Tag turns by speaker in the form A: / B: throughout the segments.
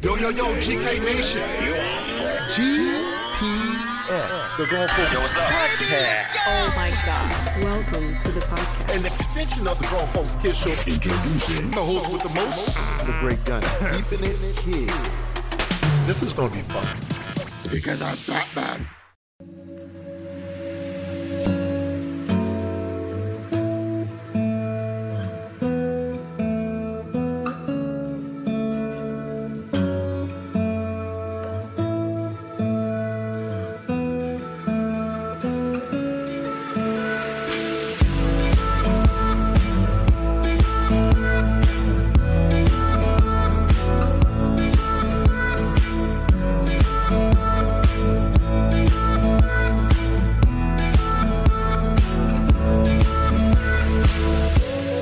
A: yo, yo, GK Nation.
B: GPS.
A: The Grown Folks
C: Oh my God. Welcome to the podcast.
A: An extension of the Grown Folks Kids Show. Introducing the host with the most.
B: The great gun. Keeping it kid.
A: This is gonna be fun. Because I'm Batman.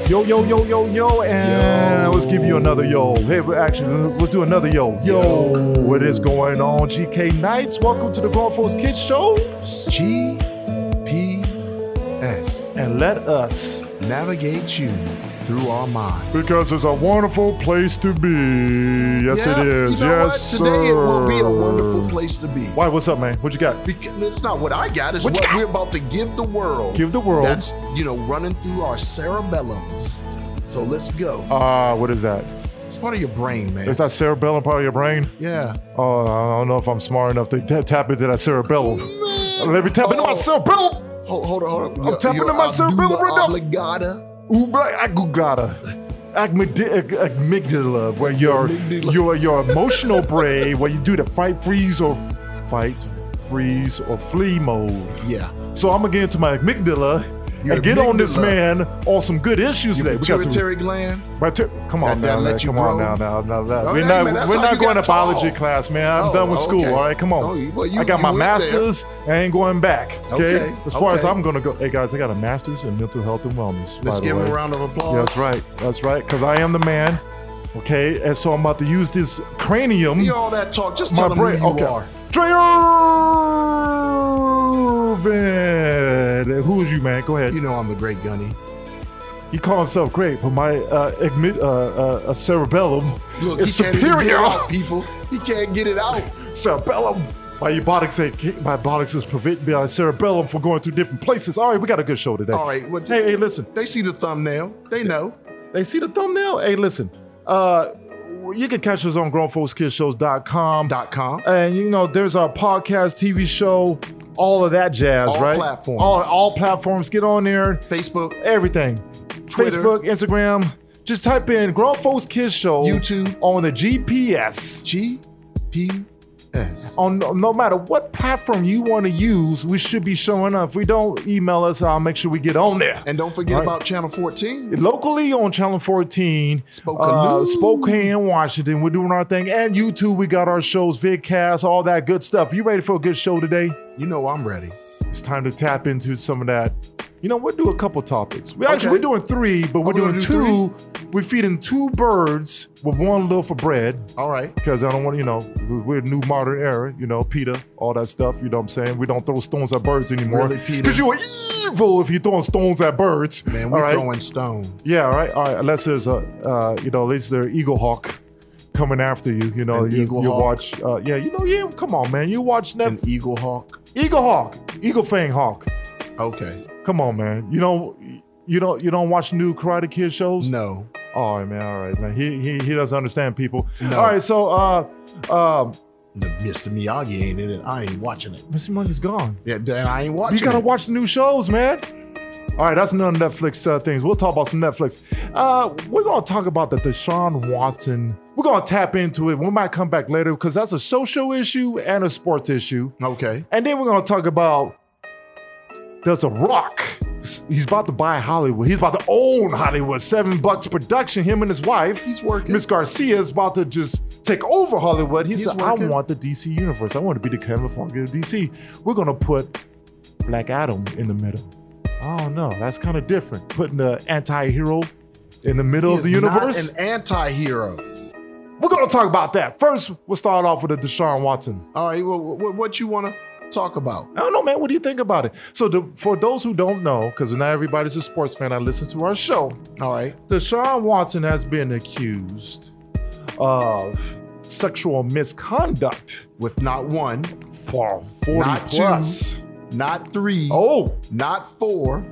B: Yo, yo, yo, yo, yo, and let's give you another yo. Hey, well, actually, let's do another yo. Yo, what is going on, GK Knights? Welcome to the Grown Folks Kids Show.
D: GPS
B: And let us,
D: navigates you through our mind.
B: because it's a wonderful place to be. Yes, it is.
D: You know
B: yes,
D: what? Today
B: sir.
D: it will be a wonderful place to be.
B: Why? What's up, man? What you got?
D: Because it's not what I got, it's
B: What
D: what,
B: you got?
D: we're about to give the world.
B: Give the world.
D: That's, you know, running through our cerebellums. So let's go.
B: Ah, what is that?
D: It's part of your brain, man.
B: Is that cerebellum part of your brain?
D: yeah.
B: Oh, I don't know if I'm smart enough to t- tap into that cerebellum. Let me tap into my
D: Oh.
B: cerebellum.
D: Hold, hold on, hold on.
B: I'm tapping into my cerebellum right now.
D: Obligata.
B: Ubla agugada. Agmidi- ag- Amygdala, where your
D: Amygdala.
B: your your emotional brain, where you do the fight, freeze, or f- fight, freeze, or flee mode.
D: Yeah.
B: So I'm gonna get into my amygdala
D: Your
B: and get on this
D: amygdala.
B: man on some good issues today. We got some.
D: Pituitary gland.
B: Pituitary, come on
D: That- that
B: now,
D: let
B: man.
D: you
B: come
D: grow?
B: on now, now, now. now.
D: Okay,
B: we're not,
D: man, that's
B: we're
D: all
B: not
D: you
B: going to
D: got tall.
B: biology class, man. I'm
D: Oh,
B: done with
D: oh,
B: school.
D: okay.
B: All right, come on.
D: Oh, you- well, you-
B: I got
D: you
B: my
D: went there.
B: masters. I ain't going back. Okay,
D: Okay,
B: as far as
D: okay.
B: I'm gonna go. Hey guys, I got a masters in mental health and
D: Let's
B: wellness. by the
D: give him a
B: way.
D: round of applause.
B: That's right. That's right. Because I am the man. Okay. And so I'm about to use this cranium.
D: You all that talk, just tell
B: my
D: them
B: brain.
D: who you
B: okay.
D: are.
B: Draven. Who is you, man? Go ahead.
D: You know I'm the great gunny.
B: He called himself great, but my uh, admit, uh, uh, uh, cerebellum
D: Look,
B: is
D: he can't even get it
B: superior.
D: out, people. He can't get it out.
B: cerebellum. My eubiotics, ain't- my eubiotics is preventing my uh, cerebellum from going through different places. All right, we got a good show today.
D: All right, what-
B: hey, hey, listen.
D: They see the thumbnail. They know.
B: They see the thumbnail. Hey, listen. Uh, you can catch us on grownfolkskidsshows.com.
D: Dot com.
B: And you know, there's our podcast, TV show, all of that jazz,
D: All
B: right?
D: platforms.
B: All, all platforms. Get on there.
D: Facebook,
B: Everything.
D: Twitter.
B: Facebook, Instagram. Just type in Grown Folks Kids Show
D: YouTube.
B: on the GPS.
D: GPS.
B: On no matter what platform you want to use, we should be showing up. If we don't email us, I'll make sure we get on there.
D: And don't forget
B: All right.
D: about Channel 14.
B: locally on Channel 14,
D: Spokaloo.
B: uh, Spokane, Washington. We're doing our thing. And YouTube, we got our shows, VidCast, all that good stuff. You ready for a good show today?
D: You know I'm ready.
B: It's time to tap into some of that. You know, we'll do a couple topics. We actually
D: Okay.
B: we're doing three, but we're
D: we
B: doing
D: gonna do
B: two. We're feeding two birds with one loaf of bread.
D: All right.
B: Because I don't want, you know, we're a new modern era, you know, PETA, all that stuff, you know what I'm saying? We don't throw stones at birds anymore.
D: Really, PETA?
B: Because you're evil if you're throwing stones at birds.
D: Man, we're
B: all right?
D: throwing stone.
B: Yeah, all right, all right. Unless there's a, uh, you know, at least there Eagle Hawk coming after you. You know,
D: An
B: you,
D: Eagle
B: you
D: Hawk?
B: watch. Uh, yeah, you know, yeah. Come on, man. You watch
D: An
B: Netflix.
D: eagle hawk.
B: Eagle Hawk, Eagle Fang Hawk.
D: Okay.
B: Come on, man. You don't, you don't, you don't watch new Karate Kid shows.
D: No.
B: All right, man. All right, man. He he, he doesn't understand people.
D: No.
B: All right, so uh, um,
D: The Mr. Miyagi ain't in it. I ain't watching it.
B: Mr. Monkey's gone.
D: Yeah, and I ain't watching
B: You gotta
D: it.
B: watch the new shows, man. All right, that's none Netflix uh, things. We'll talk about some Netflix. Uh, we're gonna talk about the Deshaun Watson. We're gonna tap into it. We might come back later because that's a social issue and a sports issue.
D: Okay.
B: And then we're gonna talk about there's a rock. He's about to buy Hollywood. He's about to own Hollywood. Seven bucks production. Him and his wife.
D: He's working.
B: Miss Garcia is about to just take over Hollywood. He
D: He's
B: said, I
D: working.
B: want the DC universe. I want to be the Kevin Feige of DC. We're going to put Black Adam in the middle. Oh, no, that's kind of different. Putting the anti hero in the middle of the
D: He is not
B: universe.
D: an anti-hero.
B: We're going to talk about that. First, we'll start off with the Deshaun Watson.
D: All right. Well, what, what you want to talk about?
B: I don't know, man. What do you think about it? So, the, for those who don't know, because not everybody's a sports fan, I listen to our show.
D: All right.
B: Deshaun Watson has been accused of sexual misconduct
D: with not one,
B: for 40
D: not
B: plus.
D: two, not three,
B: Oh,
D: not four,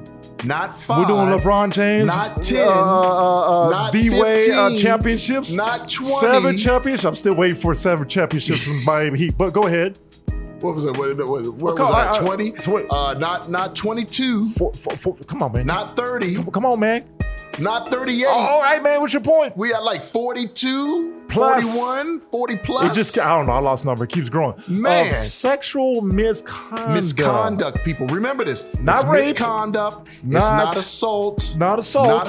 D: not five.
B: we're doing LeBron James.
D: Not 10,
B: Uh, uh, uh,
D: not
B: D Wade uh,
D: 15,
B: championships.
D: not 20.
B: Seven championships. I'm still waiting for seven championships from Miami Heat, but go ahead.
D: What was it? What, what, what was
B: come- I- I-
D: that? Twenty?
B: twen-
D: Uh, not not twenty-two.
B: Four, four, four, come on, man.
D: Not thirty.
B: come on, man.
D: Not thirty-eight.
B: Oh, all right, man. What's your point?
D: We had like 42,
B: Plus.
D: 41, 40 plus.
B: It just, I don't know. I lost number. It keeps growing.
D: Man.
B: Of sexual misconduct.
D: misconduct. People, remember this.
B: Not
D: it's
B: rape.
D: misconduct. it's
B: Not-
D: not assault.
B: not assault.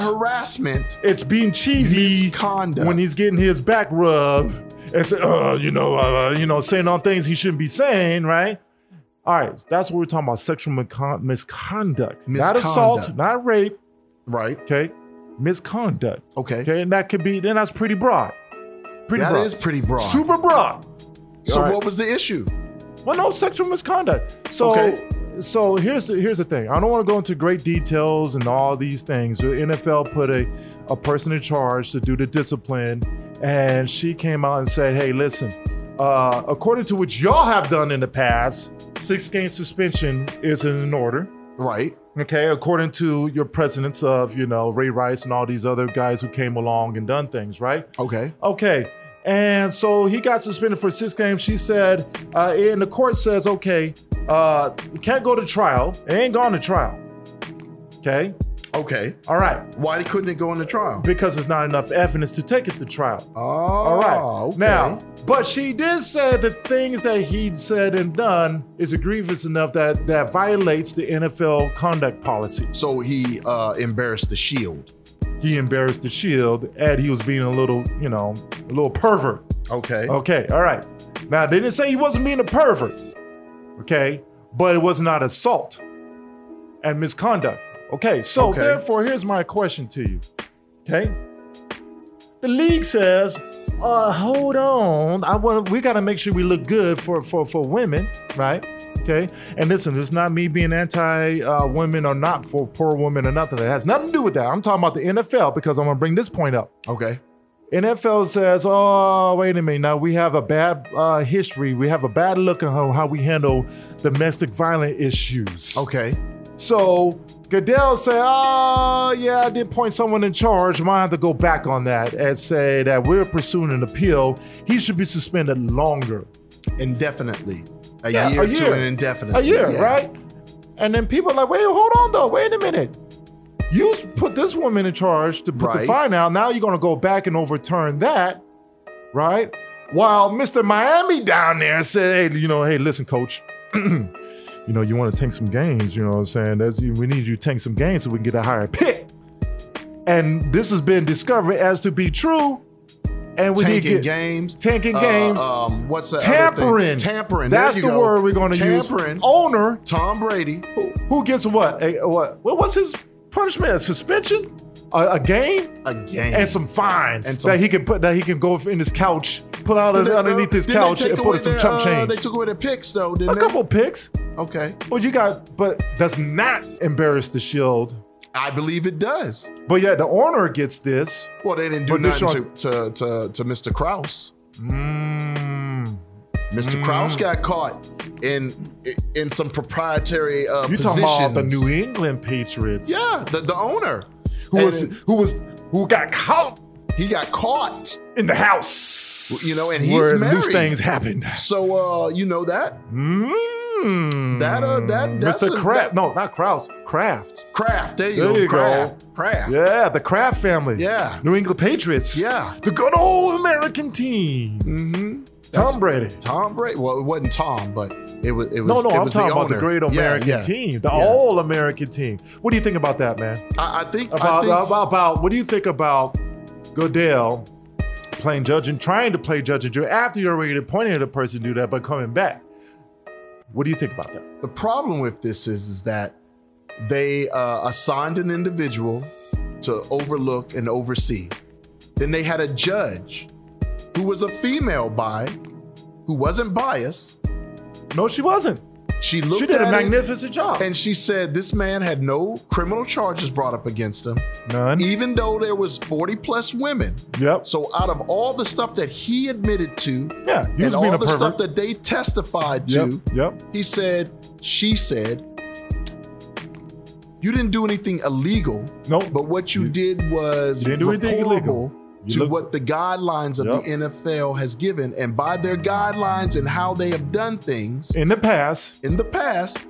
D: Not harassment.
B: It's being cheesy
D: Misconduct.
B: when he's getting his back rub and say, uh, you know, uh, you know, saying all things he shouldn't be saying, right? All right, that's what we're talking about: sexual miscon- misconduct, not assault,
D: Misconduct.
B: not rape.
D: Right.
B: Okay, misconduct.
D: Okay.
B: Okay, and that could be then that's pretty broad, pretty
D: That
B: broad,
D: is pretty broad.
B: super broad.
D: so
B: All right.
D: what was the issue?
B: Well, no sexual misconduct. So,
D: Okay.
B: so here's the, here's the thing. I don't want to go into great details and all these things. The NFL put a a person in charge to do the discipline, and she came out and said, "Hey, listen, uh, according to what y'all have done in the past, six game suspension is in order."
D: Right.
B: Okay, according to your presidents of, you know, Ray Rice and all these other guys who came along and done things, right?
D: Okay.
B: Okay. And so he got suspended for six games. She said, uh, and the court says, okay, uh, you can't go to trial. It ain't gone to trial. Okay.
D: Okay.
B: All right.
D: Why couldn't it go into trial?
B: Because there's not enough evidence to take it to trial.
D: Oh,
B: All right.
D: okay.
B: Now, but she did say the things that he'd said and done is egregious enough that that violates the NFL conduct policy.
D: so he uh, embarrassed the shield.
B: He embarrassed the shield and he was being a little, you know, a little pervert.
D: Okay.
B: Okay, all right. Now they didn't say he wasn't being a pervert. Okay, but it was not assault and misconduct. Okay, so
D: Okay.
B: therefore, here's my question to you. Okay, the league says, uh, hold on, I want we got to make sure we look good for for for women, right? Okay, and listen, it's not me being anti uh, women or not for poor women or nothing. It has nothing to do with that. I'm talking about the NFL because I'm gonna bring this point up.
D: Okay.
B: NFL says, oh, wait a minute. Now we have a bad uh, history. We have a bad look at how, how we handle domestic violent issues.
D: Okay.
B: So Goodell said, oh, yeah, I did point someone in charge. Might have to go back on that and say that we're pursuing an appeal. He should be suspended longer.
D: Indefinitely. A
B: Yeah,
D: year,
B: a year.
D: to an indefinite.
B: A year,
D: yeah.
B: right? And then people are like, wait, hold on though, wait a minute. You put this woman in charge to put the
D: Right.
B: fine out. Now you're gonna go back and overturn that, right? While Mr. Miami down there said, hey, you know, hey, listen, coach. you know, you want to tank some games, you know what I'm saying? That's we need you to tank some games so we can get a higher pick. And this has been discovered as to be true. And we
D: tanking
B: did get
D: games.
B: tanking
D: Uh,
B: games.
D: Um, what's that? other thing?
B: Tampering.
D: Tampering. there
B: That's
D: you
B: the
D: go.
B: word we're going to use.
D: Tampering.
B: Owner
D: Tom Brady.
B: who- who gets what? A, what? What was his punishment? A suspension? A, a game?
D: A game.
B: And some fines
D: And some-
B: that he can put that he can go in his couch, pull out
D: Did they-
B: underneath his
D: did they
B: couch
D: take
B: and
D: away
B: put in some
D: their,
B: chump
D: uh,
B: change.
D: They took away their picks though, didn't
B: a
D: they?
B: couple picks.
D: Okay.
B: Well, you got, but does not embarrass the shield.
D: I believe it does.
B: But yeah, the owner gets this.
D: Well, they didn't do
B: But this
D: nothing to, to, to, to Mr. Krause.
B: Mm,
D: Mr. Krause got caught in in some proprietary uh,
B: you talking
D: positions.
B: about the New England Patriots?
D: Yeah, the, the owner.
B: Who
D: And
B: was who was who got caught
D: he got caught.
B: in the house?
D: You know, and he's
B: where loose
D: married.
B: things happened.
D: So uh, you know that
B: Mm.
D: That, uh, that- that's
B: Mr.
D: a- that-
B: Kraft. no, not Kraus. Kraft.
D: Kraft. There you
B: There
D: go.
B: you go.
D: Kraft. Kraft.
B: Yeah, the Kraft family.
D: Yeah.
B: New England Patriots.
D: Yeah.
B: The good old American team. Mm-hmm. Tom Brady.
D: Tom Brady. Well, it wasn't Tom, but it was. It was
B: No, no,
D: it
B: I'm
D: was
B: talking about the
D: owner.
B: great
D: Yeah,
B: American
D: yeah.
B: team, the
D: Yeah.
B: all American team. What do you think about that, man?
D: I, I think I
B: About,
D: think,
B: about about what do you think about Goodell playing judge and trying to play judge and jury after you're already appointed the person to do that, but coming back? What do you think about that?
D: The problem with this is, is that they uh, assigned an individual to overlook and oversee. Then they had a judge who was a female by, who wasn't biased.
B: No, she wasn't.
D: She looked
B: She did
D: at
B: a
D: it,
B: magnificent job.
D: and she said this man had no criminal charges brought up against him,
B: None.
D: even though there was 40 plus women.
B: Yep.
D: So out of all the stuff that he admitted to,
B: Yeah, he was
D: and all
B: being a
D: the stuff that
B: pervert.
D: they testified to,
B: Yep, yep.
D: he said, she said, you didn't do anything illegal.
B: Nope.
D: But what you, did was
B: You didn't do anything illegal.
D: reportable
B: You
D: to
B: look-
D: what the guidelines of
B: Yep.
D: the NFL has given, and by their guidelines and how they have done things
B: In the past,
D: in the past,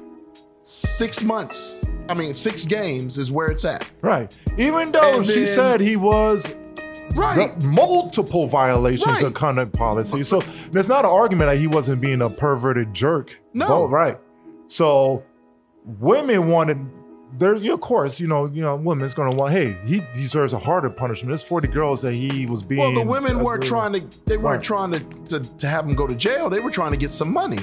D: six months. I mean, six games is where it's at.
B: right. Even though
D: And
B: she
D: then-
B: said he was
D: Right.
B: the multiple violations of
D: Right.
B: conduct policy. So there's not an argument that he wasn't being a perverted jerk.
D: No.
B: Well, right. So women wanted there. Of course, you know, you know, women's gonna want. Hey, he deserves a harder punishment. There's 40 girls that he was being.
D: Well, the women weren't trying to. They weren't
B: Right.
D: trying to, to to have him go to jail. They were trying to get some money.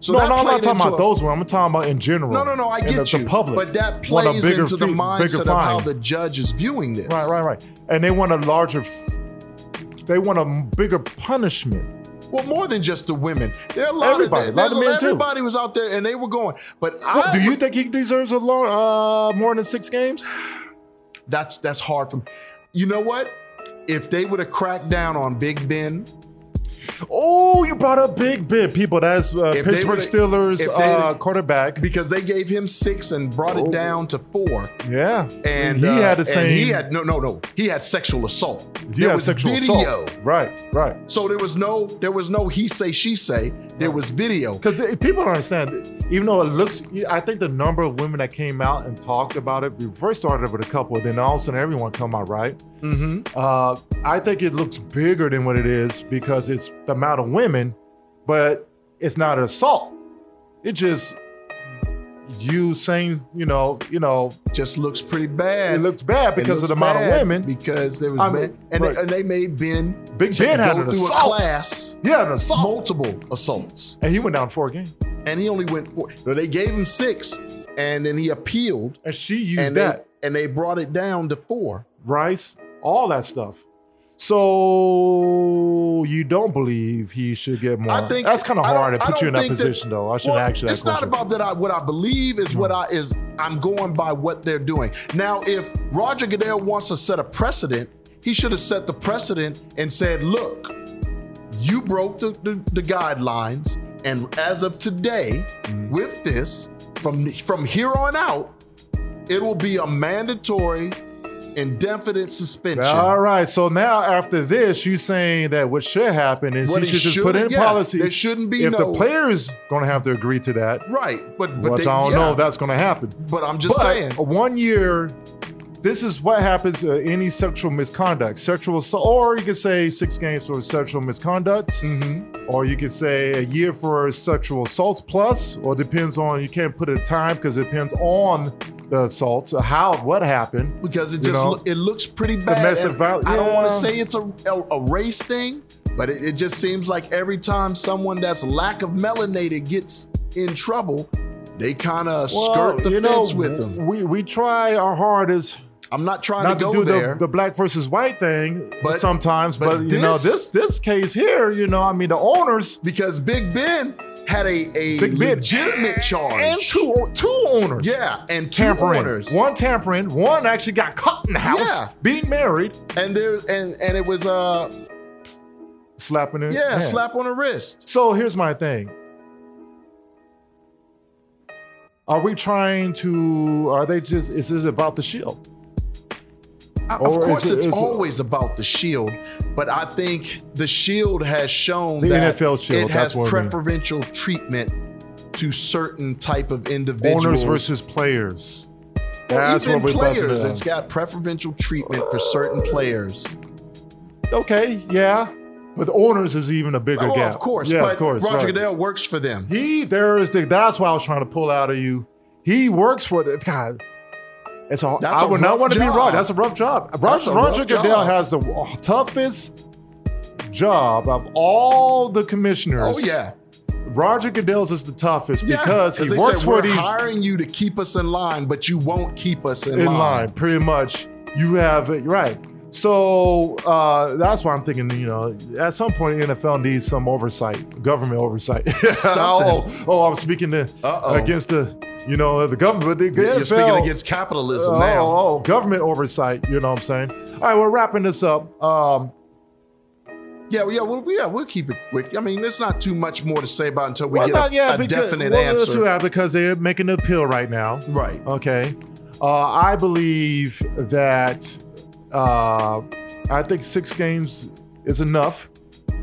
D: So
B: no,
D: that
B: no, I'm not
D: played
B: talking
D: into
B: about
D: a-
B: those women. I'm talking about in general.
D: No, no, no. I
B: And
D: get
B: the,
D: you.
B: The public,
D: but that
B: want a
D: plays
B: bigger
D: into the
B: fee- bigger
D: mindset of how
B: fine.
D: the judge is viewing this.
B: Right, right, right. And they want a larger. f- They want a bigger punishment.
D: Well, more than just the women. There are a lot
B: Everybody,
D: of
B: a lot of
D: there's
B: men, too.
D: Everybody was out there and they were going. But
B: What,
D: I,
B: do you think he deserves a long, uh, more than six games?
D: That's that's hard for me. You know what? If they would have cracked down on Big Ben,
B: Oh, you brought up Big Ben, people. That's uh,
D: If they
B: Pittsburgh
D: would've-
B: Steelers
D: if they-
B: uh, quarterback.
D: because they gave him six and brought
B: Oh.
D: it down to four.
B: Yeah,
D: And
B: he
D: uh,
B: had the
D: and
B: same.
D: He had no, no, no. He had sexual assault.
B: he
D: there
B: had
D: was
B: sexual
D: video.
B: assault. Right, right.
D: So there was no, there was no he say she say. There was video.
B: Because people don't understand. Even though it looks, I think the number of women that came out and talked about it. We first started with a couple, then all of a sudden everyone come out right. Uh, I think it looks bigger than what it is because it's the amount of women, but it's not an assault. It just you saying, you know, you know,
D: Just looks pretty bad.
B: it looks bad
D: It
B: because
D: looks
B: of the amount of
D: bad
B: women.
D: Because there was
B: I mean,
D: men, and,
B: right.
D: they, and they made Ben
B: Big Ben had
D: go
B: an
D: through a
B: assault.
D: class,
B: Yeah, an assault.
D: multiple assaults,
B: and he went down four games.
D: and he only went. Four. No, they gave him six, and then he appealed,
B: And she used
D: and
B: that.
D: they and they brought it down to four.
B: rice, all that stuff. So you don't believe he should get more?
D: I think
B: Uh, that's kind of
D: I don't-
B: hard to
D: I
B: put you in
D: don't
B: that
D: think
B: position, though. I should
D: well,
B: ask you that
D: It's not
B: question.
D: about that. I what I believe is what I is. I'm going by what they're doing now. If Roger Goodell wants to set a precedent, he should have set the precedent and said, "Look, you broke the the, the guidelines, and as of today,
B: Mm-hmm.
D: with this, from from here on out, it will be a mandatory." Indefinite suspension.
B: all right. So now after this, you saying that what should happen is
D: What
B: he
D: he
B: should just put in
D: shouldn't- yeah,
B: policy.
D: there shouldn't be
B: if
D: no-
B: the players going to have to agree to that.
D: Right, but but
B: But
D: they-
B: I don't
D: yeah.
B: know if that's going to happen.
D: But I'm just
B: But
D: saying.
B: one year. This is what happens uh, any sexual misconduct, sexual assault, or you could say six games for sexual misconduct,
D: Mm-hmm.
B: or you could say a year for sexual assaults plus, or depends on you can't put a time because it depends on the assaults, uh, how what happened.
D: because it
B: You
D: just
B: know?
D: loo- it looks pretty bad.
B: Domestic
D: And
B: viol-
D: I don't want to
B: yeah.
D: say it's a, a a race thing, but it, it just seems like every time someone that's lack of melanated gets in trouble, they kind of skirt the fence with them.
B: We we try our hardest
D: I'm not trying
B: not
D: to go
B: to, do
D: there.
B: the, the black versus white thing
D: But-
B: sometimes, but,
D: but
B: you know this
D: this-
B: this case here, you know, I mean the owners
D: because Big Ben had a, a
B: Big Ben.
D: legitimate charge.
B: and two two owners,
D: yeah, and two
B: tampering.
D: owners.
B: One tampering. One actually got caught in the house
D: Yeah.
B: being married,
D: And there and and it was uh
B: slapping it.
D: yeah, slap on the wrist.
B: So here's my thing. Are we trying to? Are they just? Is it about the shield?
D: I- Of
B: Or is
D: course,
B: it-
D: it's,
B: is it-
D: always about the shield, but I think the shield has shown
B: The
D: that
B: NFL shield,
D: it
B: that's
D: has
B: what I mean.
D: preferential treatment to certain type of individuals.
B: Owners versus players.
D: Or
B: That's
D: even
B: what we're busting
D: players.
B: it
D: It's
B: on.
D: got preferential treatment for certain players.
B: Okay, yeah, but the owners is even a bigger
D: Oh,
B: gap.
D: of course,
B: yeah,
D: but
B: of course.
D: Roger
B: right.
D: Goodell works for them.
B: He there is the that's why I was trying to pull out of you. He works for the God. It's all,
D: That's
B: I
D: a
B: would not
D: rough
B: want to be
D: job.
B: wrong. That's a rough job.
D: That's
B: Roger,
D: a
B: Roger
D: rough
B: Goodell
D: job.
B: has the toughest job of all the commissioners.
D: Oh yeah,
B: Roger Goodell's is the toughest
D: Yeah,
B: because he
D: they
B: works
D: said,
B: for
D: We're
B: these
D: hiring you to keep us in line, but you won't keep us in,
B: in line. Pretty much, you have it right. So uh, that's why I'm thinking, you know, at some point the NFL needs some oversight, government oversight. oh, oh, I'm speaking to
D: Uh-oh.
B: against the, you know, the government. But the
D: You're
B: NFL,
D: speaking against capitalism
B: oh,
D: now.
B: oh, government oversight. You know what I'm saying? All right, we're wrapping this up. Um,
D: Yeah, well, yeah, we'll, yeah, we'll keep it quick. I mean, there's not too much more to say about until we
B: well,
D: get
B: not
D: a,
B: yet
D: a
B: because-
D: definite
B: well, let's do
D: answer.
B: that because they're making an appeal right now.
D: Right.
B: Okay. Uh, I believe that uh, I think six games is enough,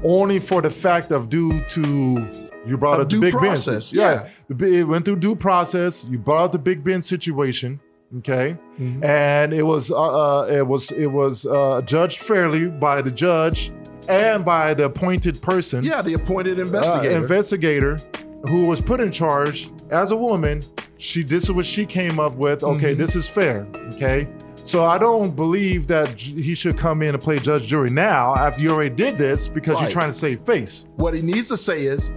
B: only for the fact of due to you brought
D: Of
B: up the
D: due
B: Big
D: process,
B: Ben.
D: yeah.
B: The bi- it went through due process. You brought up the Big Ben situation. Okay,
D: Mm-hmm.
B: and it was uh, uh, it was it was uh, judged fairly by the judge and by the appointed person
D: Yeah, the appointed
B: uh,
D: investigator.
B: investigator who was put in charge as a woman. She this is what she came up with. Okay,
D: Mm-hmm.
B: this is fair. Okay, so I don't believe that j- he should come in and play judge jury now after you already did this because you're
D: Right.
B: trying to save face.
D: what he needs to say is,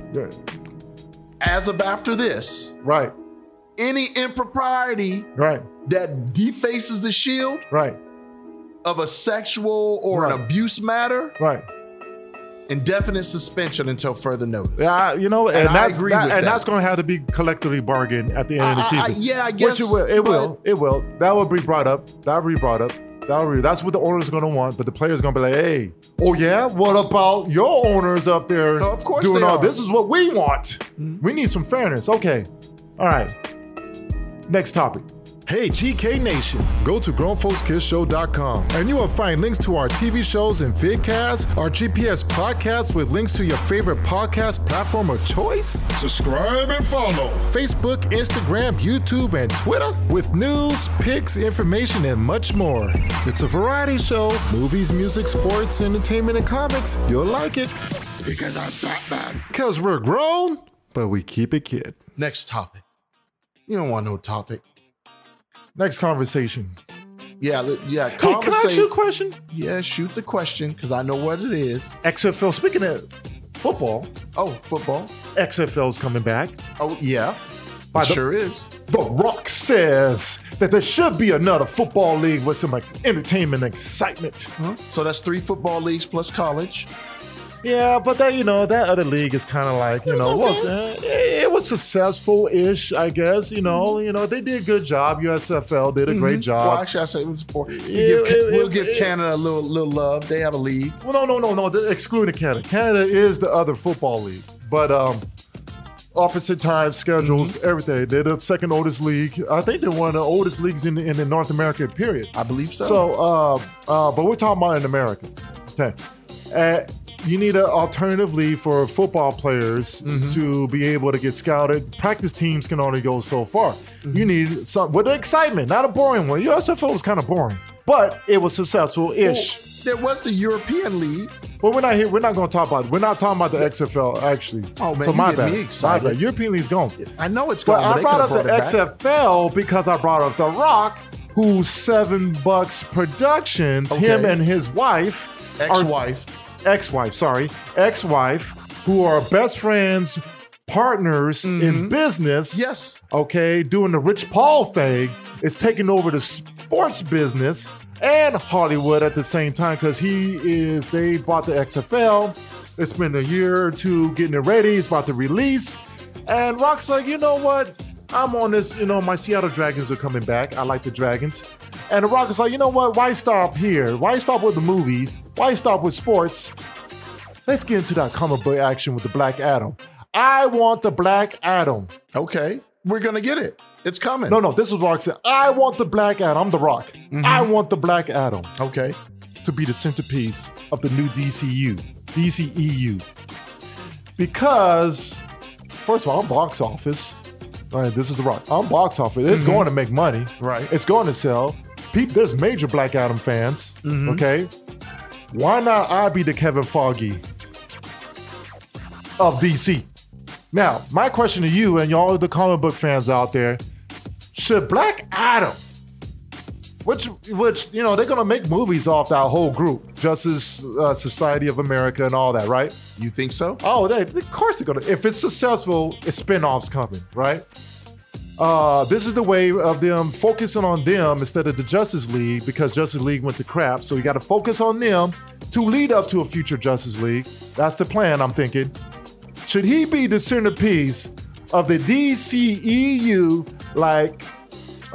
D: as of after this,
B: Right,
D: any impropriety
B: right,
D: that defaces the shield
B: right,
D: of a sexual or
B: Right.
D: an abuse matter,
B: right.
D: indefinite suspension until further notice.
B: Yeah, you know, and,
D: I
B: that's
D: agree
B: that-
D: with
B: and
D: that.
B: that's going to have to be collectively bargained at the end of the
D: I- I-
B: season.
D: yeah, I
B: Which
D: guess,
B: it will. It
D: but-
B: will. It will. That will be brought up. That will be brought up. That will be, that's what the owner's going to want. But the player's going to be like, hey, oh yeah, what about your owners up there?
D: Oh, of course
B: doing
D: they
B: all
D: are.
B: this is what we want. We need some fairness. Okay, all right. Next topic. Hey, GK Nation, go to grownfolkskidsshow.com and you will find links to our TV shows and vidcasts, our GPS podcasts with links to your favorite podcast platform of choice,
A: Subscribe and follow.
B: Facebook, Instagram, YouTube, and Twitter with news, pics, information, and much more. It's a variety show, movies, music, sports, entertainment, and comics. You'll like it
A: Because I'm Batman.
B: because we're grown, but we keep it kid.
D: Next topic. You don't want no topic.
B: Next conversation.
D: Yeah, li- yeah.
B: Hey, can I ask
D: conversa-
B: you a question?
D: Yeah, shoot the question because I know what it is.
B: XFL, speaking of football,
D: Oh, football.
B: XFL's coming back.
D: Oh, yeah.
B: By
D: It
B: the-
D: sure is.
B: The Rock says that there should be another football league with some ex- entertainment and excitement.
D: So that's three football leagues plus college.
B: Yeah, but that you know that other league is kind of like you know was uh, it, it was successful ish, I guess. You know, you know they did a good job. USFL did a great
D: well,
B: job.
D: actually, I say it was four.
B: Yeah,
D: We'll give,
B: it-
D: we'll
B: it-
D: give
B: it-
D: Canada a little little love. They have a league.
B: Well, no, no, no, no. the- Excluding Canada, Canada is the other football league, but um, opposite time schedules,
D: Mm-hmm.
B: everything. They're the second oldest league. I think they're one of the oldest leagues in in the North America period.
D: I believe so.
B: So, uh, uh, but we're talking about in America. Okay. Uh, you need an alternative league for football players
D: Mm-hmm.
B: to be able to get scouted. Practice teams can only go so far.
D: Mm-hmm.
B: You need some with excitement, not a boring one. USFL was kind of boring, but it was successful ish.
D: there was the European League.
B: But we're not here. We're not going to talk about. We're not talking about the XFL actually.
D: Oh, man,
B: so
D: you
B: my
D: get
B: bad.
D: me excited.
B: My bad. European league's gone.
D: I know it's
B: But
D: gone.
B: I
D: they
B: brought up
D: could've
B: the
D: brought it back.
B: XFL because I brought up The Rock, who Seven Bucks Productions, him
D: Okay.
B: and his wife, are-
D: ex-wife.
B: ex-wife, sorry, ex-wife, who are best friends, partners
D: Mm-hmm.
B: in business.
D: yes.
B: Okay, doing the Rich Paul thing is taking over the sports business and Hollywood at the same time because he is. They bought the XFL. It's been a year or two getting it ready. It's about to release, and Rock's like, you know what? I'm on this. You know, my Seattle Dragons are coming back. I like the Dragons. And The Rock is like, you know what? Why stop here? Why stop with the movies? Why stop with sports? Let's get into that comic book action with the Black Adam. I want the Black Adam.
D: Okay. We're gonna get it. It's coming.
B: No, no, this is Rock said. I want the Black Adam. I'm the Rock. I want the Black Adam
D: Okay.
B: to be the centerpiece of the new DCU, DCEU. E Because, first of all, I'm box office. All right, this is the Rock. I'm box office. It's going to make money.
D: Right.
B: It's going to sell. Peep, there's major Black Adam fans. Okay. Why not I be the Kevin Foggy of DC? Now, my question to you and y'all the comic book fans out there, should Black Adam, which which you know they're gonna make movies off that whole group, Justice uh, Society of America and all that, right?
D: You think so?
B: Oh, they, of course they're gonna. If it's successful, it's spin-offs coming, right? Uh, this is the way of them focusing on them instead of the Justice League because Justice League went to crap. So you got to focus on them to lead up to a future Justice League. That's the plan, I'm thinking. Should he be the centerpiece of the DCEU like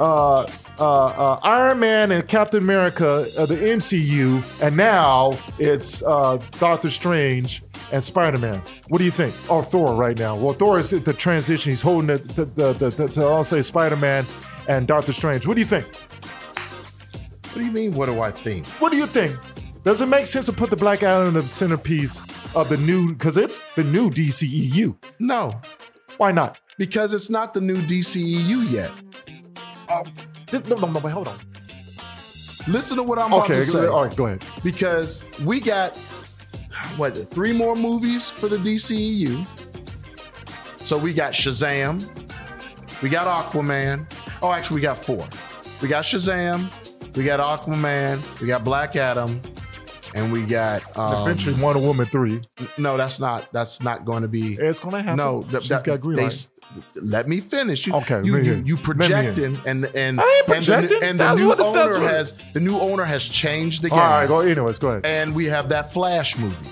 B: uh, uh, uh, Iron Man and Captain America of the MCU, and now it's uh, Doctor Strange and Spider Man. What do you think? Or Thor right now? Well, Thor is at the transition. He's holding it to, to, to, to, to I'll say Spider Man and Doctor Strange. What do you think?
D: What do you mean? What do I think?
B: What do you think? Does it make sense to put the Black Island in the centerpiece of the new, because it's the new DCEU?
D: No,
B: Why not?
D: because it's not the new DCEU yet.
B: Uh, Th- No, no, no, wait, hold on.
D: Listen to what I'm about
B: Okay,
D: to say.
B: all right, go ahead.
D: because we got what three more movies for the DCEU. So we got Shazam, we got Aquaman. Oh, actually, we got four. We got Shazam, we got Aquaman, we got Black Adam, and we got um,
B: Eventually, Wonder Woman 3.
D: No, that's not. That's not going to be.
B: It's gonna happen.
D: No,
B: She's got green
D: they
B: light.
D: s- Let me finish. You,
B: Okay,
D: you
B: let me
D: you,
B: hear.
D: you
B: Let me hear.
D: projecting and and
B: I
D: and the
B: ain't
D: new-
B: projecting.
D: And the,
B: That's
D: new
B: what it- that's
D: owner
B: what it-
D: has the new owner has changed the game
B: All right, go, anyways, go ahead.
D: and we have that Flash movie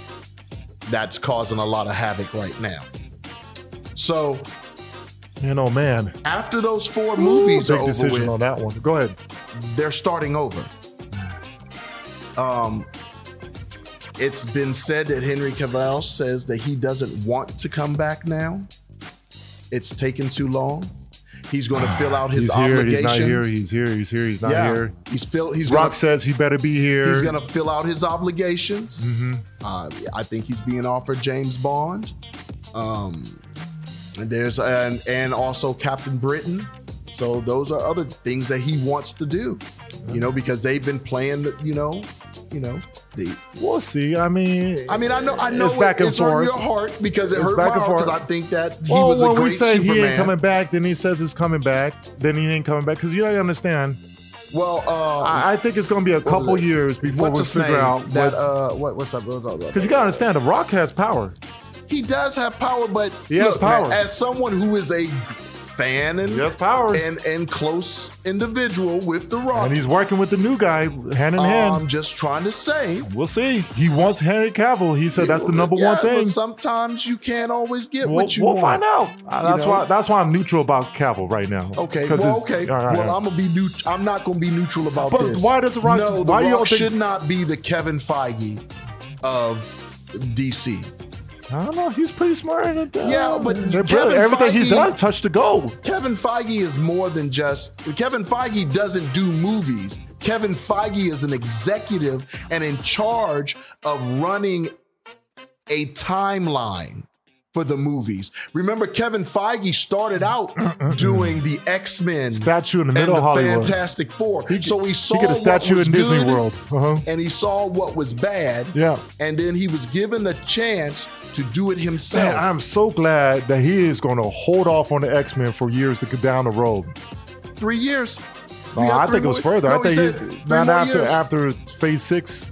D: that's causing a lot of havoc right now. So
B: You know, oh, man.
D: after those four movies are
B: big
D: over
B: decision
D: with,
B: on that one. Go ahead.
D: they're starting over. Um, it's been said that Henry Cavill says that he doesn't want to come back now. It's taken too long. He's going to fill out his
B: he's here.
D: obligations.
B: He's not here. He's here. He's here. He's not
D: yeah,
B: here.
D: he's fill. He's
B: Rock
D: gonna-
B: says he better be here.
D: He's gonna fill out his obligations.
B: Mm-hmm.
D: Uh, I think he's being offered James Bond. Um, and there's and and also Captain Britain. So those are other things that he wants to do, you know, because they've been playing the, you know, you know, the.
B: We'll see. I mean,
D: I mean, I know, I know,
B: It's back and
D: it's hurt
B: forth.
D: your heart because it
B: It's
D: hurt
B: back
D: my
B: and
D: heart
B: forth.
D: because I think that he
B: well,
D: was a
B: when
D: great
B: we say
D: Superman.
B: he ain't coming back, then he says he's coming back. Then he ain't coming back because you gotta understand.
D: well, uh,
B: I, I think it's gonna be a couple
D: the-
B: years before
D: what's
B: we
D: his
B: figure
D: name?
B: out
D: that? uh, what, what's up? Because
B: Because you gotta understand, the Rock has power.
D: he does have power, but
B: He has power.
D: as someone who is a fan and
B: He has power.
D: and and close individual with the Rock,
B: And he's working with the new guy hand in
D: I'm
B: hand.
D: just trying to say.
B: We'll see. He wants Henry Cavill. He said that's the number
D: Yeah,
B: one thing.
D: But sometimes you can't always get
B: We'll,
D: what you
B: we'll
D: want.
B: find out. Uh,
D: you
B: that's
D: know?
B: why. That's why I'm neutral about Cavill right now.
D: Okay.
B: 'Cause
D: Well,
B: it's-
D: okay.
B: all right,
D: well,
B: all
D: I'm gonna be neutral. I'm not gonna be neutral about
B: But
D: this.
B: why does The Rock-
D: No,
B: why
D: the
B: you
D: Rock
B: don't think-
D: should not be the Kevin Feige of DC?
B: right. I don't know. He's pretty smart. At that.
D: Yeah, but
B: They're
D: Kevin
B: brilliant. everything he's
D: Feige-
B: done touched the goal.
D: Kevin Feige is more than just Kevin Feige doesn't do movies. Kevin Feige is an executive and in charge of running a timeline for the movies. Remember, Kevin Feige started out doing the X Men
B: Statue in the middle of Hollywood.
D: Fantastic Four. so he saw
B: He get a statue
D: what was
B: in Disney
D: good
B: World. Uh-huh.
D: and he saw what was bad.
B: Yeah.
D: and then he was given the chance to do it himself.
B: Man, I'm so glad that he is going to hold off on the X Men for years to go down the road.
D: three years.
B: No,
D: We got
B: I
D: three
B: think it was
D: more-
B: further.
D: No,
B: I
D: he
B: think
D: said
B: he-
D: three
B: not
D: more
B: after
D: years.
B: after Phase Six.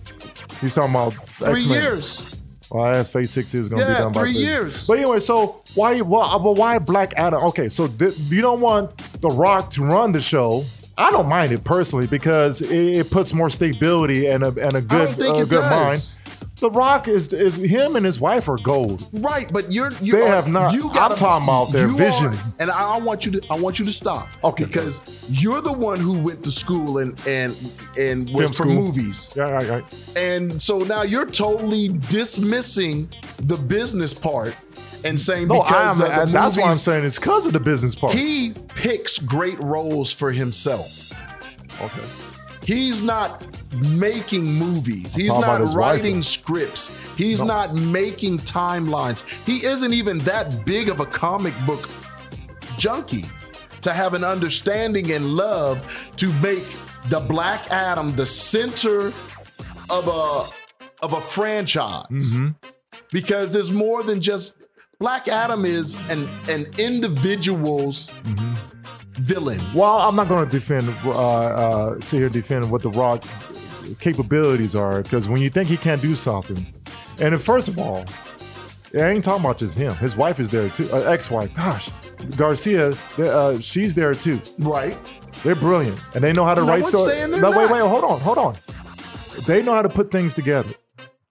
B: He's talking about
D: 3
B: X-Men.
D: years.
B: Well, that's phase six is going to
D: Yeah,
B: be done by
D: three
B: phase-
D: years.
B: But anyway, so why? Well, but why Black Adam? Okay, so th- you don't want The Rock to run the show. I don't mind it personally because it, it puts more stability and a and a good
D: don't think
B: a
D: it
B: good
D: does.
B: mind. The Rock is is him and his wife are gold.
D: Right, but you're you
B: They
D: are-
B: have not-
D: You gotta,
B: I'm talking about their
D: you
B: vision.
D: are- and I, I want you to I want you to stop.
B: Okay.
D: Because you're the one who went to school and and and was
B: Film
D: for
B: school.
D: movies.
B: Yeah, right, right.
D: And so now you're totally dismissing the business part and saying
B: No, I
D: because
B: am.
D: of the
B: and that's why I'm
D: movies-
B: saying it's because of the business part.
D: he picks great roles for himself.
B: okay.
D: He's not making movies. He's
B: talking about
D: not
B: his wife,
D: writing
B: though.
D: scripts. He's
B: No.
D: not making timelines. He isn't even that big of a comic book junkie to have an understanding and love to make the Black Adam the center of a of a franchise.
B: Mm-hmm.
D: Because there's more than just Black Adam is an an individual's
B: Mm-hmm.
D: villain.
B: Well, I'm not going to defend, uh, uh, sit here and defend what The Rock capabilities are, because when you think he can't do something, and then first of all, I ain't talking about just him. His wife is there too. Uh, ex-wife. Gosh, Garcia. Uh, she's there too.
D: Right.
B: They're brilliant, and they know how to
D: No
B: write
D: one's
B: stories.
D: saying they're
B: no, wait,
D: not.
B: wait, hold on, hold on. They know how to put things together.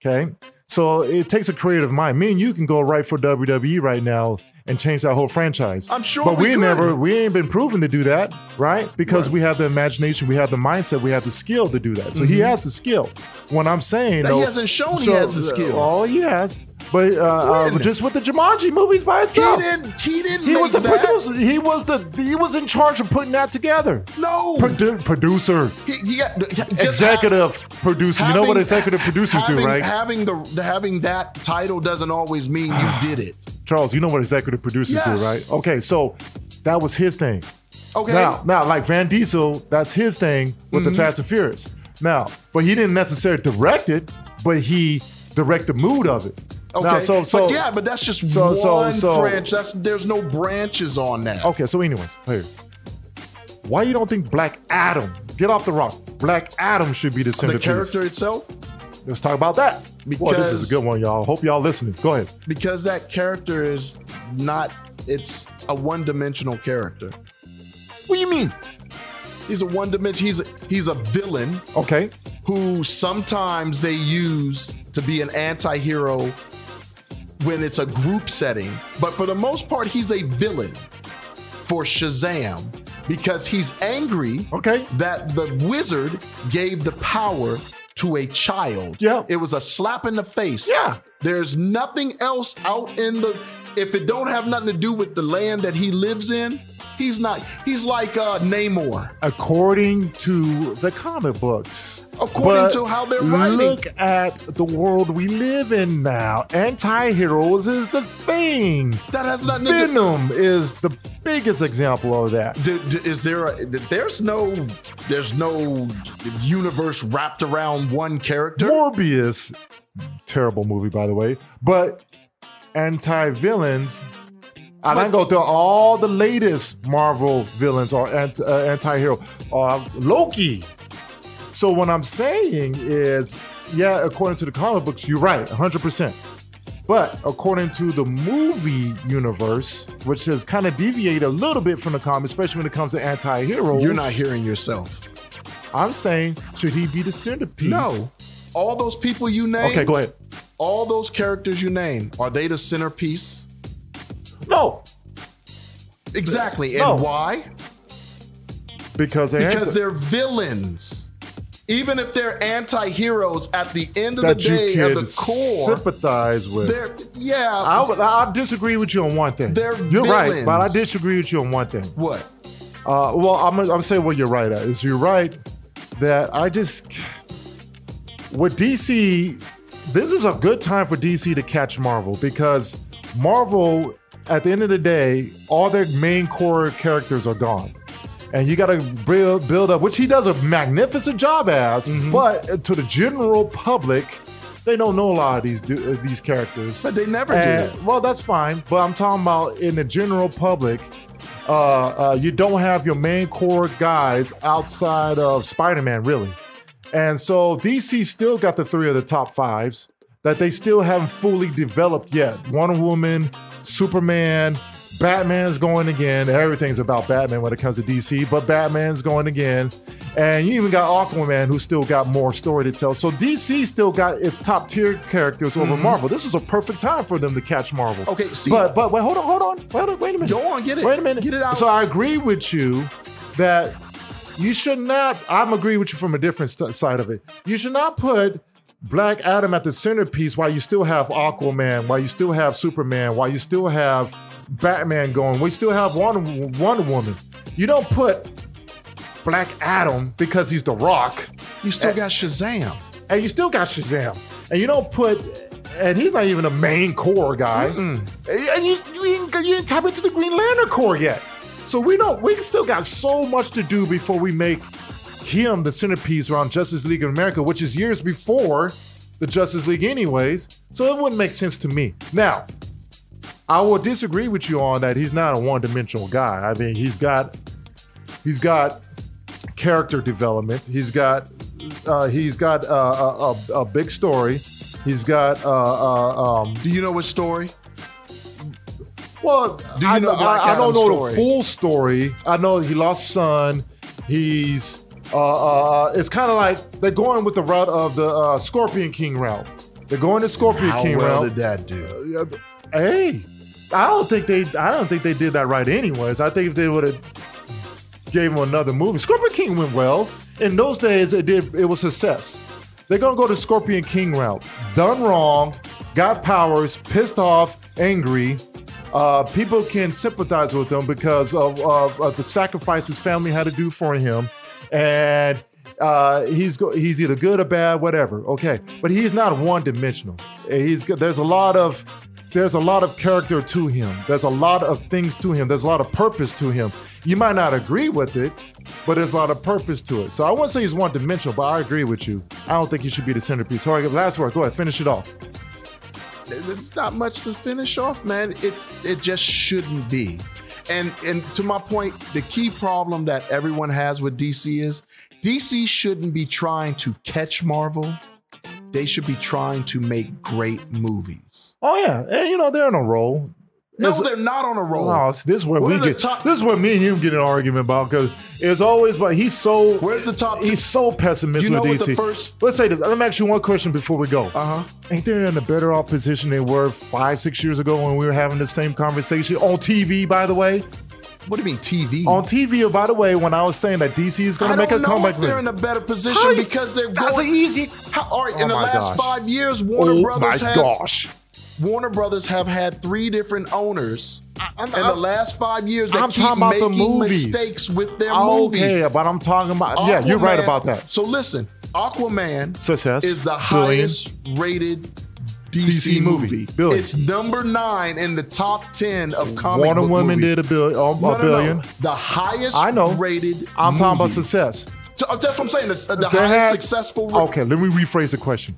B: Okay, so it takes a creative mind. Me and you can go right for WWE right now and change that whole franchise.
D: I'm sure
B: but
D: we
B: we,
D: could.
B: never, we ain't been proven to do that, right? Because we have the imagination, we have the mindset, we have the skill to do that. So he has the skill. What I'm
D: Mm-hmm.
B: saying,
D: That he
B: though, uh,
D: hasn't shown he has the skill.
B: All he has, but uh, uh,
D: When?
B: just with the Jumanji movies by
D: He
B: itself.
D: didn't. He didn't.
B: He
D: make
B: was the
D: that.
B: producer. He was the he was in charge of putting that together.
D: No.
B: Produ- producer,
D: He, he got, just
B: executive producer. You know what
D: having-
B: executive producers
D: having-
B: do, right?
D: Having the having that title doesn't always mean you did it.
B: Charles, you know what executive producers do,
D: Yes.
B: right? Okay, so that was his thing.
D: Okay. Mm-hmm.
B: Now, now, like Van Diesel, that's his thing with the Fast and Furious. Now, but he didn't necessarily direct it, but he direct the mood of it.
D: Okay.
B: Now, so so
D: but yeah, but that's just
B: so-
D: one
B: so- so-
D: branch. That's there's no branches on that.
B: Okay, so anyways, here. Why you don't think Black Adam? Get off the rock. Black Adam should be the
D: the
B: centerpiece.
D: character itself,
B: Let's talk about that. Boy, this is
D: Because-
B: a good one, y'all. Hope y'all listening. Go ahead.
D: because that character is not. It's a one-dimensional character.
B: What do you mean?
D: He's a one-dimension. He's a, he's a villain
B: Okay.
D: who sometimes they use to be an anti-hero when it's a group setting but for the most part he's a villain for shazam because he's angry
B: Okay.
D: that the wizard gave the power to a child
B: Yeah.
D: it was a slap in the face
B: Yeah.
D: there's nothing else out in the if it don't have nothing to do with the land that he lives in he's not he's like uh namor
B: According to the comic books.
D: According to how they're writing.
B: Look at the world we live in now. Anti-heroes is the thing.
D: that has nothing to do
B: Venom is the biggest example of that.
D: Th- th- Is there a, th- there's no there's no universe wrapped around one character?
B: Morbius, terrible movie by the way, but anti-villains. I done go through all the latest Marvel villains or anti, uh, anti-hero, uh, Loki. So what I'm saying is, yeah, according to the comic books, you're right, 100. percent but according to the movie universe, which has kind of deviated a little bit from the comic, especially when it comes to anti-heroes,
D: You're not hearing yourself.
B: I'm saying, should he be the centerpiece?
D: No, all those people you name.
B: Okay, go ahead.
D: All those characters you name are they the centerpiece?
B: No,
D: Exactly. And
B: No.
D: why?
B: Because they're
D: Because
B: anti-
D: they're villains. Even if they're anti-heroes, at the end of
B: that
D: the day,
B: you
D: at
B: can
D: the core,
B: sympathize with.
D: they're yeah.
B: I, would- I disagree with you on one thing.
D: They're
B: you're right, but I
D: villains.
B: disagree with you on one thing.
D: what?
B: Uh, well, I'm gonna I'm say what you're right at is you're right that I just with DC, this is a good time for DC to catch Marvel because Marvel, at the end of the day, all their main core characters are gone. And you got to build, build up, which he does a magnificent job as,
D: Mm-hmm.
B: but to the general public, they don't know a lot of these du- uh, these characters.
D: But they never do
B: And-
D: that.
B: Well, that's fine, but I'm talking about in the general public. Uh, uh, you don't have your main core guys outside of Spider-Man, really. And so DC still got the three of the top fives that they still haven't fully developed yet. Wonder Woman, Superman, Batman's going again. Everything's about Batman when it comes to DC, but Batman's going again. And you even got Aquaman, who still got more story to tell. So DC still got its top tier characters over Marvel. This is a perfect time for them to catch Marvel.
D: Okay, see-
B: but but wait, hold on, hold on, wait, a- wait a minute.
D: Go on, get it.
B: Wait a minute.
D: Get it out.
B: So I agree with you that you should not. I'm agree with you from a different st- side of it. You should not put Black Adam at the centerpiece while you still have Aquaman, while you still have Superman, while you still have Batman going. We still have Wonder, Wonder Woman. You don't put Black Adam because he's the Rock,
D: You still got Shazam.
B: and you still got Shazam, and you don't put. And he's not even a main core guy, and you you ain't, you ain't tap into the Green Lantern core yet. So we don't. We still got so much to do before we make him the centerpiece around Justice League of America, which is years before the Justice League, anyways. So it wouldn't make sense to me. Now, I will disagree with you on that. He's not a one-dimensional guy. I mean, he's got he's got character development. He's got uh, he's got uh, a, a, a uh, big story. He's got uh, uh, um,
D: Do you know his story?
B: Well,
D: Do you
B: I,
D: know
B: I-
D: Black
B: I don't
D: Adam's
B: know
D: story?
B: the full story. I know he lost son. He's uh, uh, it's kind of like they're going with the route of the uh, Scorpion King route. They're going the Scorpion
D: How
B: King
D: well
B: route.
D: did that do?
B: Yeah, but- hey, I don't think they I don't think they did that right anyways. I think if they would have gave him another movie, Scorpion King went well. In those days, it did it was success. They're gonna go the Scorpion King route. Done wrong, got powers, pissed off, angry. Uh, people can sympathize with him because of, of, of the sacrifice his family had to do for him, and uh, he's go- he's either good or bad, whatever. Okay, but he's not one dimensional. He's got- there's a lot of there's a lot of character to him. There's a lot of things to him. There's a lot of purpose to him. You might not agree with it, but there's a lot of purpose to it. So I wouldn't say he's one dimensional, but I agree with you. I don't think he should be the centerpiece. All right, last word. Go ahead, finish it off.
D: There's not much to finish off, man. It it just shouldn't be. And and to my point, the key problem that everyone has with DC is DC shouldn't be trying to catch Marvel. They should be trying to make great movies.
B: Oh yeah, and you know they're in a role.
D: No,
B: It's-
D: they're not on a roll.
B: Oh, this is where
D: We're
B: we
D: in the
B: get.
D: top-
B: This is where me and him get in an argument about because it's always. But he's so.
D: Where's the top two-
B: He's so pessimistic
D: You know what
B: with DC.
D: the first-
B: Let's say this. Let me ask you one question before we go.
D: Uh-huh.
B: Ain't they in a better off position they were five, six years ago when we were having the same conversation on TV? By the way,
D: What do you mean TV?
B: on TV. By the way, when I was saying that DC is going
D: I
B: to make
D: don't
B: a
D: know
B: comeback,
D: if they're in
B: ring.
D: a better position
B: How you-
D: because they're
B: That's
D: going.
B: an easy.
D: How, all right,
B: Oh
D: in the
B: my
D: last
B: gosh.
D: five years, Warner
B: Oh my
D: Brothers has
B: gosh!
D: Warner Brothers have had three different owners in the
B: I'm-
D: last five years that
B: I'm
D: keep
B: talking about the
D: making
B: movies. Ah,
D: mistakes with their
B: Okay,
D: movies.
B: but I'm talking about. Yeah, you're right
D: Aquaman-
B: about that.
D: So listen, Aquaman
B: Success.
D: is the
B: Billion.
D: highest rated DC,
B: DC movie.
D: movie.
B: Billion.
D: It's number nine in the top ten of comic
B: Warner
D: book
B: Women
D: movies.
B: did a billion. A
D: No, no, no.
B: billion.
D: The highest
B: I know.
D: rated.
B: I'm talking about
D: movie.
B: success.
D: So, uh, that's what I'm saying. It's uh, the
B: They
D: highest
B: had- Oh.
D: successful. ra-
B: Okay, let me rephrase the question.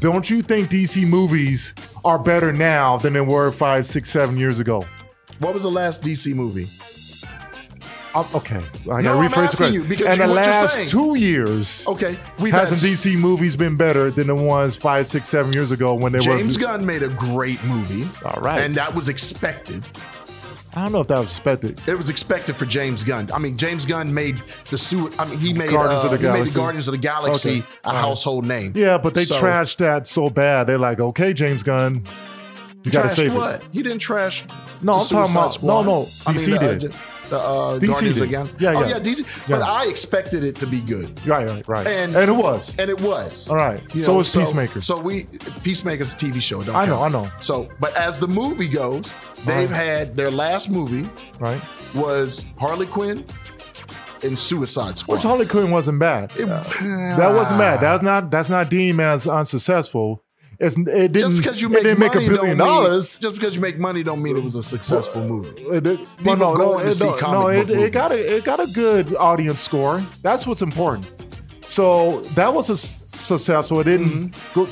B: Don't you think DC movies are better now than they were five, six, seven years ago?
D: What was the last DC movie?
B: I'm, okay, I gotta
D: No, I'm
B: rephrase the
D: asking
B: question.
D: you because
B: and
D: you-
B: the
D: what you're
B: last
D: saying.
B: two years,
D: Okay, we've had
B: hasn't
D: s-
B: DC movies been better than the ones five, six, seven years ago when they
D: James
B: were?
D: Gunn made a great movie.
B: All right.
D: And that was expected.
B: I don't know if that was expected.
D: It was expected for James Gunn. I mean, James Gunn made the suit. I mean, he made
B: Guardians
D: uh,
B: of the
D: he made
B: Galaxy.
D: Guardians of the Galaxy
B: Okay.
D: a household name.
B: Yeah, but they
D: So-
B: trashed that so bad. They're like, okay, James Gunn, you gotta
D: trashed
B: save it.
D: what? He didn't trash.
B: No,
D: the
B: I'm talking
D: Suicide
B: about-
D: Squad.
B: no, no,
D: I mean,
B: DC
D: the, uh,
B: did.
D: j- the uh,
B: DC
D: Guardians
B: did.
D: again.
B: Yeah,
D: Oh
B: yeah.
D: yeah, DC. But
B: Yeah.
D: I expected it to be good,
B: Right, right, right.
D: and
B: and it was.
D: and it was.
B: All right.
D: You
B: So is Peacemaker.
D: So we Peacemaker's a TV show. Don't
B: I know,
D: count.
B: I know.
D: So, but as the movie goes, they've had their last movie
B: right.
D: was Harley Quinn and Suicide Squad.
B: Which Harley Quinn wasn't bad. That
D: Ah.
B: wasn't bad. That's not that's not deemed as unsuccessful. It's it didn't
D: just because you
B: it
D: make
B: didn't
D: money
B: make a billion
D: don't mean-
B: dollars.
D: just because you make money, don't mean it was a successful movie.
B: It, it,
D: People going to
B: it,
D: see
B: don't-
D: comic
B: no,
D: book
B: it,
D: movies.
B: it got a it got a good audience score. That's what's important. So that was a s- successful. It didn't
D: Mm-hmm.
B: go,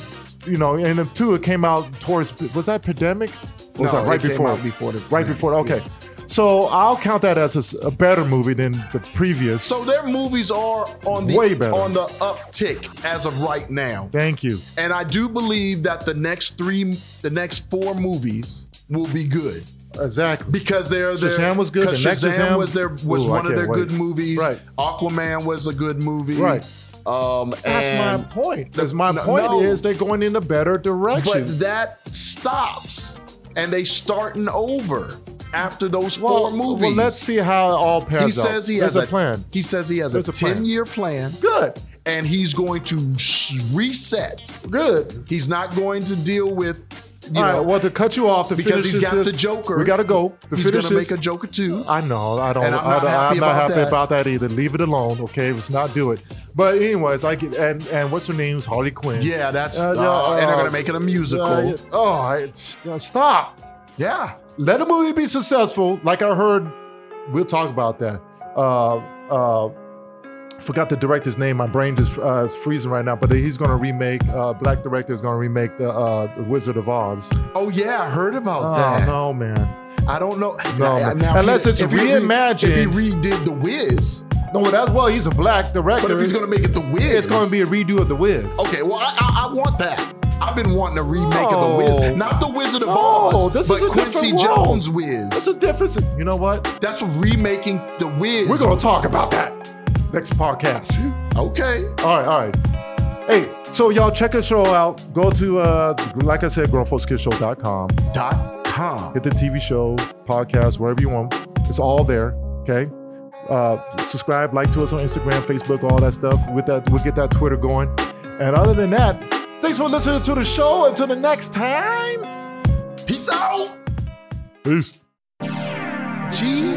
B: you know, and then two, it came out towards was that pandemic? Or was
D: No,
B: that right
D: it came
B: before?
D: out before the
B: right
D: pandemic,
B: before. Okay, so I'll count that as a s- a, better movie than the previous.
D: So their movies are on the
B: Way better.
D: on the uptick as of right now,
B: thank you.
D: and I do believe that the next three, the next four movies will be good.
B: Exactly.
D: Because they're, they
B: Shazam was good, the next
D: Shazam,
B: Shazam-
D: was their was
B: Ooh, I
D: one of
B: can't
D: their
B: wait.
D: good movies.
B: Right.
D: Aquaman was a good movie.
B: Right.
D: Um,
B: That's
D: and-
B: my point.
D: The-
B: Because my
D: no-
B: point
D: no.
B: is they're going in a better direction.
D: But that stops, and they starting over after those four movies.
B: well, let's see how it all pans out.
D: he says he
B: There's
D: has
B: a, plan.
D: He says he has
B: There's
D: a
B: a plan.
D: ten-year plan.
B: Good.
D: and he's going to sh- reset.
B: Good.
D: He's not going to deal with you
B: All right.
D: know
B: Well, to cut you off, to
D: because
B: finish
D: he's
B: this
D: got
B: is-
D: the Joker.
B: We gotta go. To
D: he's
B: finish
D: gonna
B: this,
D: make a Joker too.
B: I know. I don't.
D: And I'm not
B: I don't-
D: happy
B: I'm not
D: about
B: happy
D: that.
B: about that either. Leave it alone. Okay, let's not do it. But anyways, I get and and what's her name's Harley Quinn.
D: Yeah, that's
B: Uh,
D: uh,
B: yeah,
D: and they're
B: uh,
D: gonna make it a musical.
B: Uh, oh, it's, uh, stop.
D: yeah.
B: let a movie be successful. Like I heard, we'll talk about that. Uh, uh, forgot the director's name. My brain just uh, is freezing right now. But he's going to remake. Uh, black director is going to remake the, uh, the Wizard of Oz.
D: Oh yeah, I heard about
B: Oh
D: that.
B: no, man.
D: I don't know.
B: No, man. Unless it's
D: if he re-
B: reimagined.
D: If he redid the Wiz,
B: No, well, that's well. He's a black director.
D: but if he's gonna make it the Wiz,
B: it's going to be a redo of the Wiz.
D: okay. Well, I, I, I want that. I've been wanting a remake of The
B: No.
D: Wiz, not The Wizard of
B: Oh,
D: Oz,
B: this
D: but
B: is a
D: Quincy
B: different world.
D: Jones Wiz.
B: That's a difference. You know what?
D: That's what remaking The Wiz.
B: We're gonna talk about that next podcast.
D: okay.
B: All right, all right. Hey, so y'all check the show out. Go to uh like I said, grownfolkskidshow.com.
D: Dot com.
B: Hit the TV show, podcast, wherever you want. It's all there. Okay. Uh subscribe, like to us on Instagram, Facebook, all that stuff. With that, we'll get that Twitter going. And other than that, thanks for listening to the show. Until the next time.
D: Peace out.
B: Peace.
D: Gee.